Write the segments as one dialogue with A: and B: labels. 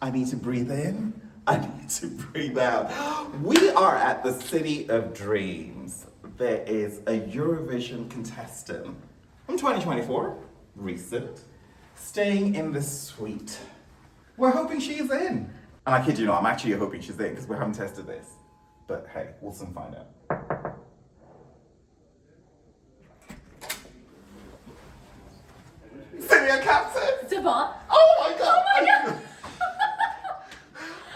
A: I need to breathe in. I need to breathe out. We are at the City of Dreams. There is a Eurovision contestant from 2024, recent, staying in this suite. We're hoping she's in. And I kid you not, I'm actually hoping she's in because we haven't tested this. But hey, we'll soon find out. Syria Captain!
B: Devon?
A: Oh my god!
B: Oh my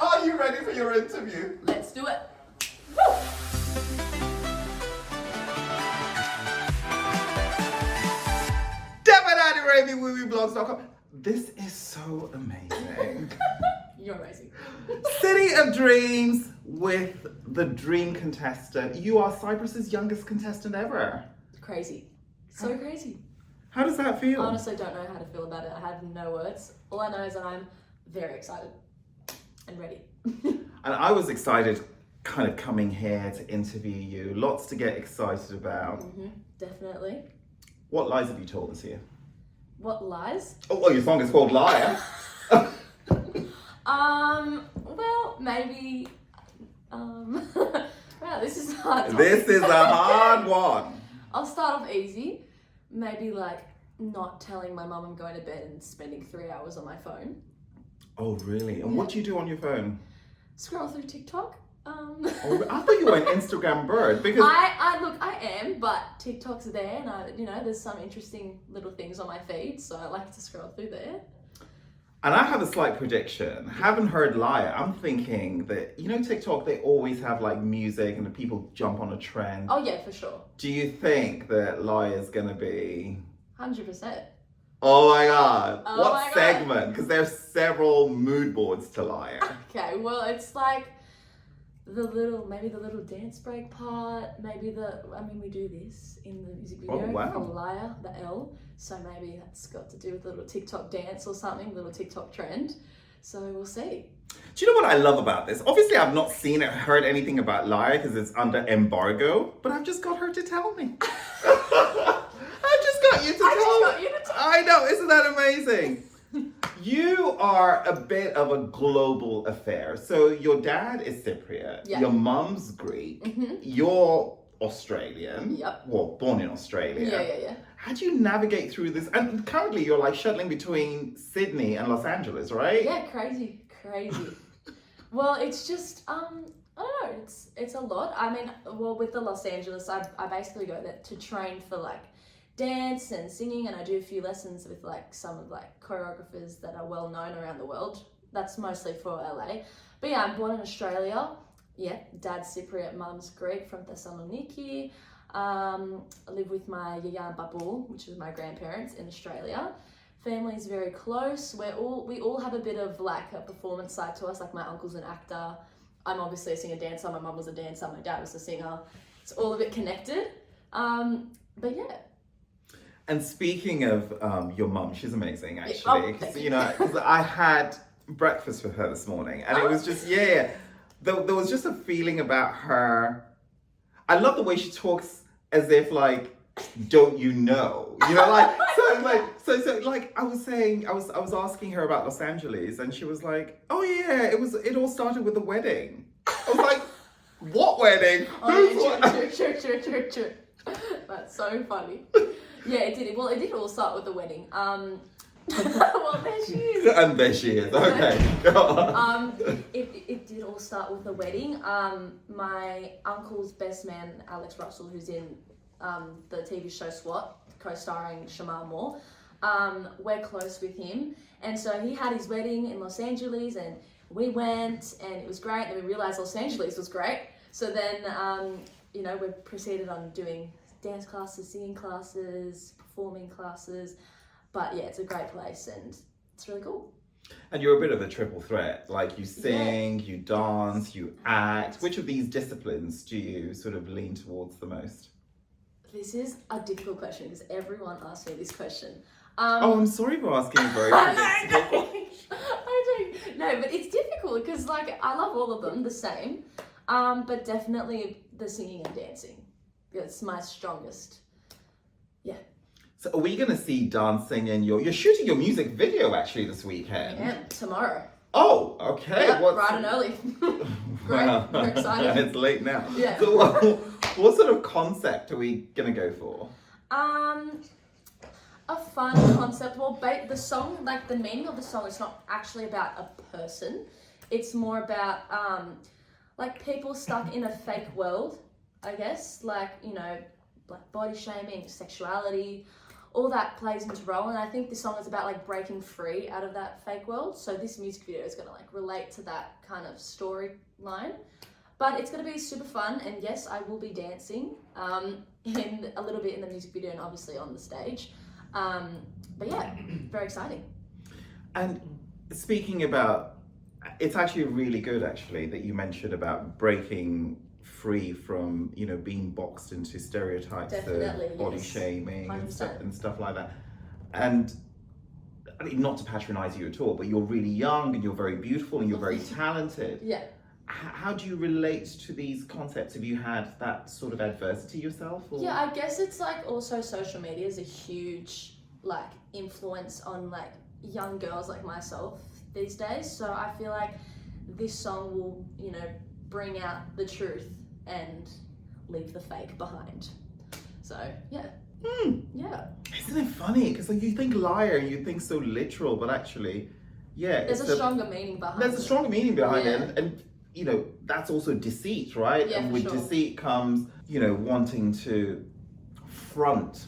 B: God!
A: Are you ready for your interview?
B: Let's do it.
A: DevonAdiRavyWooWooBlogs.com. This is so amazing.
B: You're amazing.
A: City of Dreams with the dream contestant. You are Cyprus's youngest contestant ever.
B: Crazy. So crazy.
A: How does that feel?
B: I honestly don't know how to feel about it. I have no words. All I know is that I'm very excited and ready.
A: And I was excited kind of coming here to interview you. Lots to get excited about.
B: Definitely.
A: What lies have you told this year?
B: What lies?
A: Oh, well, your song is called Liar.
B: Um, well, maybe. Um, wow, this is hard.
A: this is a hard one.
B: I'll start off easy. Maybe like not telling my mum I'm going to bed and spending three hours on my phone.
A: Oh, really? And what do you do on your phone?
B: Scroll through TikTok. Um,
A: Oh, I thought you were an Instagram bird because
B: I, I look, I am, but TikTok's there, and I, you know, there's some interesting little things on my feed, so I like to scroll through there.
A: And I have a slight prediction. Haven't heard liar. I'm thinking that you know TikTok. They always have like music, and the people jump on a trend.
B: Oh yeah, for sure,
A: Do you think that liar is gonna be?
B: hundred percent.
A: Oh my god!
B: Oh
A: what
B: my God.
A: segment? Because there's several mood boards to liar.
B: Okay, well, it's like the little, maybe the little dance break part, maybe the, I mean, we do this in the music
A: Oh,
B: video
A: wow.
B: for Liar, the L, so maybe that's got to do with a little TikTok dance or something, little TikTok trend. So we'll see.
A: Do you know what I love about this? Obviously, I've not seen or heard anything about liar because it's under embargo. But I've just got her to tell me. I just got you to
B: I just
A: tell
B: got
A: me.
B: you to tell
A: I know, isn't that amazing? you are a bit of a global affair. So your dad is Cypriot,
B: Yeah.
A: your mum's Greek, you're Australian.
B: Mm-hmm. Yep.
A: Well, born in Australia.
B: Yeah, yeah, yeah.
A: How do you navigate through this? And currently you're like shuttling between Sydney and Los Angeles, right?
B: Yeah, crazy, crazy. well, it's just um, I don't know. It's it's a lot. I mean, well, with the Los Angeles, I I basically go there to train for like dance and singing, and I do a few lessons with like some of like choreographers that are well known around the world. That's mostly for LA. But yeah, I'm born in Australia. Yeah, dad's Cypriot, mum's Greek from Thessaloniki. Um, I live with my yaya and babu, which is my grandparents in Australia family's very close. We're all we all have a bit of like a performance side to us. Like my uncle's an actor. I'm obviously a singer dancer. My mum was a dancer. My dad was a singer. It's all a bit connected. Um, but yeah,
A: And speaking of um, your mum, she's amazing actually.
B: oh,
A: 'Cause,
B: thank
A: you
B: you.
A: know, 'cause I had breakfast with her this morning,
B: Oh.
A: and it was just yeah, yeah. There, there was just a feeling about her. I love the way she talks as if like, don't you know? You know, like so, like so, so, like I was saying, I was, I was asking her about Los Angeles, and she was like, oh yeah, it was, it all started with a wedding. I was like, what wedding? Whose
B: oh,
A: wed-
B: yeah, true, true, true, true, true, true. That's so funny. Yeah, it did. Well, it did all start with the wedding. Um, well, there she is.
A: and there she is. Okay, go on.
B: um, it, it did all start with a wedding. Um, my uncle's best man, Alex Russell, who's in um, the TV show SWAT, co-starring Shamar Moore. Um, we're close with him, and so he had his wedding in Los Angeles, and we went, and it was great. And we realized Los Angeles was great. So then, um, you know, we proceeded on doing dance classes, singing classes, performing classes. But yeah, it's a great place, and it's really cool.
A: And you're a bit of a triple threat. Like you sing, you dance, you act. Which of these disciplines do you sort of lean towards the most?
B: This is a difficult question because everyone asks me this question. Um,
A: Oh, I'm sorry for asking you very
B: I
A: predictable.
B: don't- I don't know, but it's difficult because like I love all of them the same, um, but definitely the singing and dancing. It's my strongest.
A: So are we gonna see dancing in your you're shooting your music video actually this weekend?
B: Yeah, tomorrow.
A: Oh, Okay.
B: Yep,
A: what's-
B: bright and early. Great.
A: Wow.
B: We're excited.
A: it's late now.
B: Yeah.
A: So what, what sort of concept are we gonna go for?
B: Um, a fun concept. Well, ba- the song, like the meaning of the song, is not actually about a person. It's more about um, like people stuck in a fake world. I guess, like you know, like body shaming, sexuality, all that plays into role. And I think this song is about like breaking free out of that fake world. So this music video is gonna like relate to that kind of storyline. But it's gonna be super fun, and yes, I will be dancing um, in a little bit in the music video and obviously on the stage. Um, but yeah, very exciting.
A: And speaking about, it's actually really good actually that you mentioned about breaking free from you know being boxed into stereotypes
B: Definitely,
A: of body
B: yes.
A: shaming and stuff
B: 100%.
A: and stuff like that. And I mean, not to patronize you at all, but you're really young and you're very beautiful and you're very talented.
B: Yeah.
A: H- how do you relate to these concepts? Have you had that sort of adversity yourself? Or?
B: Yeah, I guess it's like also social media is a huge like influence on like young girls like myself these days. So I feel like this song will, you know, bring out the truth and leave the fake behind. So yeah,
A: Hmm.
B: yeah.
A: Isn't it funny? Because like you think liar, and you think so literal, but actually, yeah,
B: There's
A: it's
B: a stronger meaning behind.
A: there's a
B: it.
A: strong meaning behind it,
B: Yeah.
A: and, and you know that's also deceit, right?
B: Yeah,
A: and
B: for
A: with
B: sure.
A: deceit comes you know wanting to front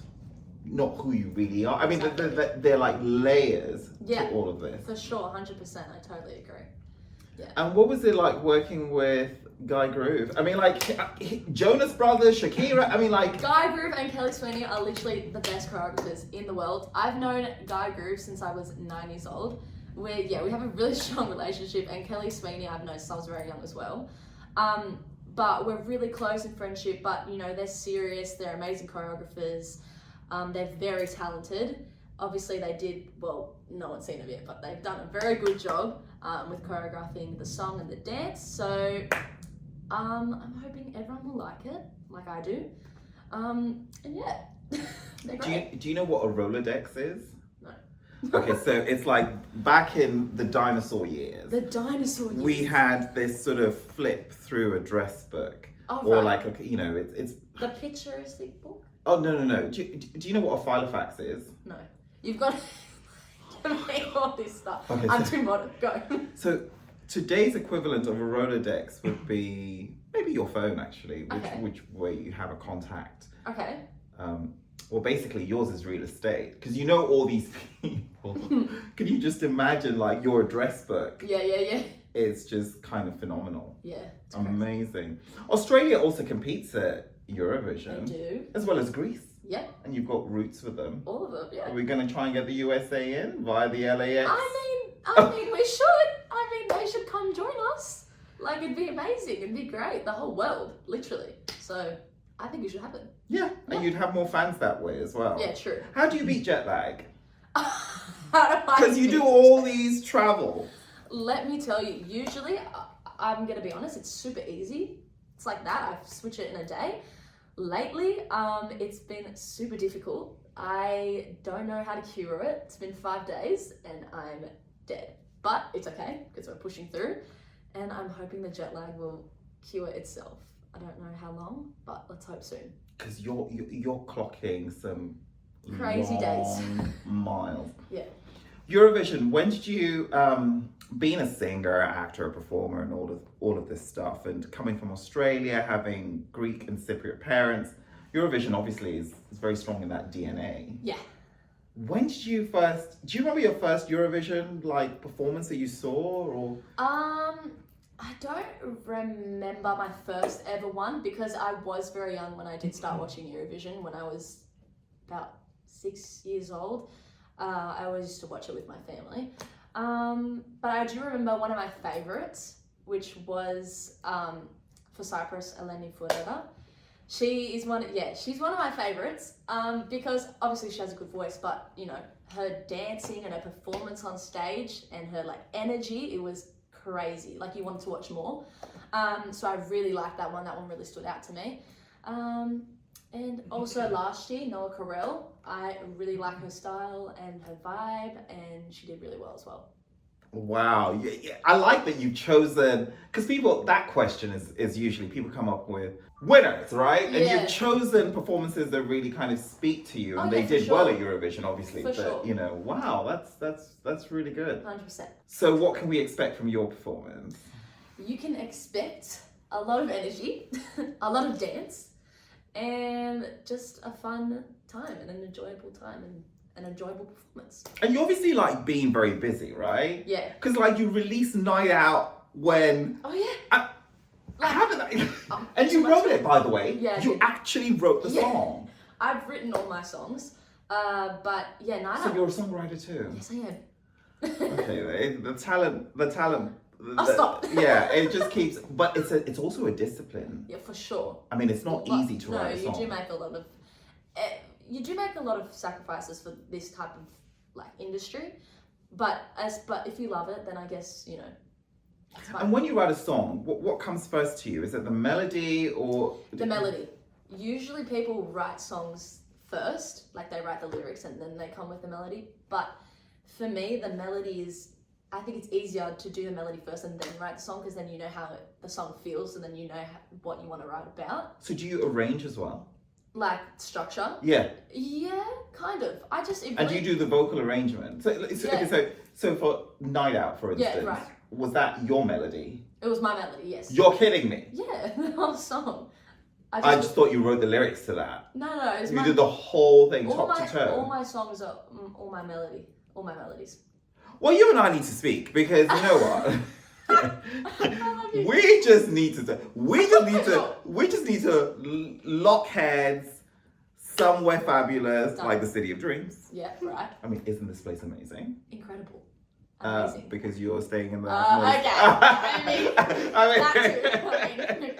A: not who you really are. I mean, th- th- th- they're like layers
B: Yeah.
A: to all of this.
B: For sure, hundred percent. I totally agree.
A: And what was it like working with Guy Groove? I mean, like he- he- Jonas Brothers, Shakira. I mean, like
B: Guy Groove and Kelly Sweeney are literally the best choreographers in the world. I've known Guy Groove since I was nine years old. We yeah, we have a really strong relationship, and Kelly Sweeney I've known since I was very young as well. Um, but we're really close in friendship. But you know they're serious. They're amazing choreographers. Um, they're very talented. Obviously they did well. No one's seen it yet, but they've done a very good job um, with choreographing the song and the dance. So um, I'm hoping everyone will like it, like I do. Um, and yeah, they're
A: Do you,
B: great.
A: do you know what a Rolodex is?
B: No.
A: okay, so it's like back in the dinosaur years,
B: the dinosaur.
A: we
B: years.
A: had this sort of flip through a dress book.
B: Oh,
A: Or
B: right.
A: like, a, you know, it's, it's,
B: the picturesque book.
A: oh, no, no, no. Do, you- do you know what a Filofax is?
B: No, you've got to make all this stuff.
A: Okay,
B: I'm
A: so-
B: too modern. Go.
A: So today's equivalent of a Rolodex would be maybe your phone, actually, which,
B: Okay.
A: which where you have a contact.
B: okay.
A: Um, well, basically, yours is real estate because you know all these people. Can you just imagine, like, your address book
B: Yeah, yeah, yeah,
A: is just kind of phenomenal.
B: yeah. It's crazy.
A: Amazing. Australia also competes at
B: They
A: Eurovision,
B: do.
A: as well as Greece,
B: Yeah,
A: and you've got roots with them.
B: all of them.
A: Are
B: Yeah.
A: we going to try and get the USA in via the LAX?
B: I mean, I mean, we should. I mean, they should come join us. Like it'd be amazing. It'd be great. The whole world, literally. So I think we should have it.
A: yeah,
B: Yeah.
A: and you'd have more fans that way as well.
B: Yeah, true.
A: How do you beat jet lag?
B: How do I?
A: Because you do all these travel.
B: Let me tell you. Usually, I- I'm gonna be honest. It's super easy. It's like that. I switch it in a day. Lately, um, it's been super difficult. I don't know how to cure it. It's been five days and I'm dead. But it's okay because we're pushing through, and I'm hoping the jet lag will cure itself. I don't know how long, but let's hope soon.
A: Because you're you- you're clocking some
B: Crazy days.
A: long miles.
B: Yeah.
A: Eurovision. When did you um, being a singer, actor, performer, and all of all of this stuff, and coming from Australia, having Greek and Cypriot parents, Eurovision obviously is, is very strong in that DNA.
B: Yeah.
A: When did you first? Do you remember your first Eurovision like performance that you saw? Or
B: Um, I don't remember my first ever one because I was very young when I did start watching Eurovision when I was about six years old. Uh, I always used to watch it with my family. Um, but I do remember one of my favorites, which was um, for Cyprus, Eleni Forever. She is one, yeah, she's one of my favorites um, because obviously she has a good voice, but you know, her dancing and her performance on stage and her like energy, it was crazy. Like you wanted to watch more. Um, so I really liked that one. That one really stood out to me. Um, and also last year, Noah Carell. I really like her style and her vibe, and she did really well as well.
A: Wow, yeah, yeah. I like that you've chosen because people that question is is usually people come up with winners, right? And
B: Yeah.
A: you've chosen performances that really kind of speak to you,
B: Oh,
A: and
B: yeah,
A: they
B: for
A: did well
B: sure.
A: at Eurovision, obviously.
B: For
A: but
B: sure.
A: you know, wow, that's that's that's really good.
B: 100%.
A: So, what can we expect from your performance?
B: You can expect a lot of energy, a lot of dance, and just a fun time and an enjoyable time and an enjoyable performance.
A: And you obviously like being very busy, right?
B: Yeah.
A: Because like you release Night Out when
B: Oh, yeah.
A: I
B: Like-
A: haven't, I-
B: Oh,
A: and you
B: too
A: wrote
B: much.
A: it by the way.
B: Yeah, I
A: you
B: did.
A: actually wrote the
B: Yeah.
A: song,
B: I've written all my songs, uh, but yeah, Night
A: so
B: Out-
A: you're a songwriter too.
B: Yes, I am.
A: Okay, the- the talent, the talent.
B: I'll
A: the-
B: stop.
A: yeah, it just keeps. But it's a, it's also a discipline.
B: yeah, for sure.
A: I mean, it's not
B: But
A: easy to
B: no,
A: write a
B: you
A: song.
B: do make a lot of eh, you do make a lot of sacrifices for this type of like industry. But as but if you love it, then I guess you know. It's fine.
A: and when you write a song, what, what comes first to you? Is it the melody or
B: the melody. Usually, people write songs first, like they write the lyrics and then they come with the melody. But for me, the melody is. I think it's easier to do the melody first and then write the song because then you know how it, the song feels and then you know how, what you want to write about,
A: So do you arrange as well?
B: like structure.
A: Yeah,
B: Yeah, kind of. I just it
A: and
B: really-
A: you do the vocal arrangement. So, so, okay,
B: Yeah.
A: so so for night out, for
B: Yeah,
A: instance,
B: right.
A: was that your melody?
B: It was my melody, yes.
A: You're kidding me.
B: yeah, the whole song. I just,
A: I just thought you wrote the lyrics to that.
B: no, no, it was
A: You
B: my,
A: did the whole thing
B: all
A: top
B: my
A: to toe.
B: all my songs are mm, all my melody, all my melodies.
A: Well, you and I need to speak because you know what?
B: you.
A: we just need to. We just need to. We just need to l- lock heads somewhere fabulous,
B: Done.
A: like the City of Dreams.
B: Yeah, right.
A: I mean, isn't this place amazing?
B: Incredible,
A: Uh,
B: amazing.
A: because you're staying in the.
B: Uh,
A: most-
B: okay. I mean,
A: I mean,
B: that too. I mean-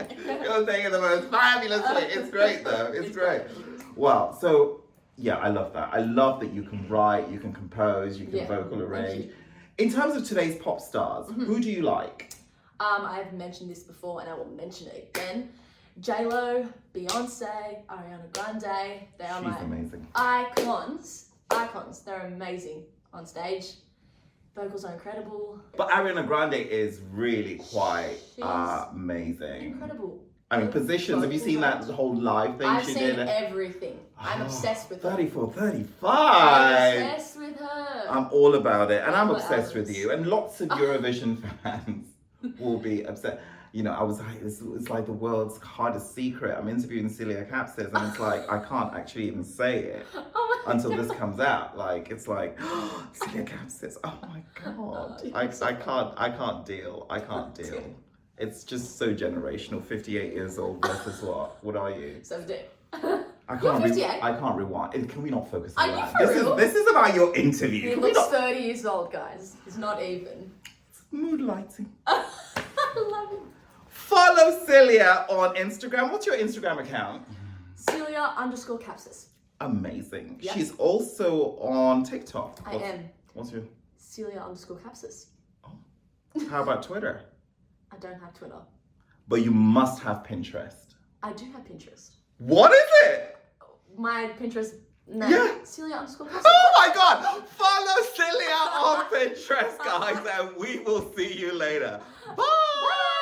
A: you're staying in the most fabulous place. It's great though. It's great. Wow. So yeah, I love that. I love that you can write, you can compose, you can
B: Yeah,
A: vocal arrange.
B: you. Mm-hmm.
A: In terms of today's pop stars, who do you like?
B: Um, I've mentioned this before, and I will mention it again. J Lo, Beyonce, Ariana Grande. They are
A: She's
B: my
A: amazing.
B: icons. Icons. They're amazing on stage. Vocals are incredible.
A: But Ariana Grande is really quite uh,
B: She's
A: amazing.
B: Incredible.
A: I mean, positions. Have you seen that whole live thing
B: I've
A: she
B: seen
A: did?
B: everything. I'm
A: Oh,
B: obsessed with her.
A: 34,
B: I'm
A: 35.
B: obsessed with her.
A: I'm all about it, and I'm
B: What
A: obsessed with
B: else?
A: you. And lots of Eurovision fans will be upset. You know, I was like, it's, it's like the world's hardest secret. I'm interviewing Celia Capsis, and it's like I can't actually even say it
B: oh my
A: until this comes out. Like it's like Celia Capsis. Oh my god, I, I can't, I can't deal. I can't deal. It's just so generational. Fifty-eight years old versus what? What are you?
B: So do.
A: I
B: You're
A: can't. Re-
B: 58.
A: I can't rewind. Can we not focus
B: Are
A: on
B: you
A: that?
B: for
A: this
B: real?
A: is this is about your interview.
B: He
A: Can we
B: looks
A: not
B: 30 years old, guys. He's not even.
A: mood lighting?
B: I love him.
A: Follow Celia on Instagram. What's your Instagram account?
B: Celia underscore capsis.
A: Amazing.
B: Yeah.
A: She's also on TikTok.
B: I
A: What's-
B: am
A: What's your?
B: Celia underscore capsis.
A: How about Twitter?
B: I don't have Twitter.
A: But you must have Pinterest.
B: I do have Pinterest.
A: What is it?
B: My Pinterest name
A: Yeah.
B: Celia underscore capsis.
A: Oh my God! Follow Celia on Pinterest, guys, and we will see you later. Bye.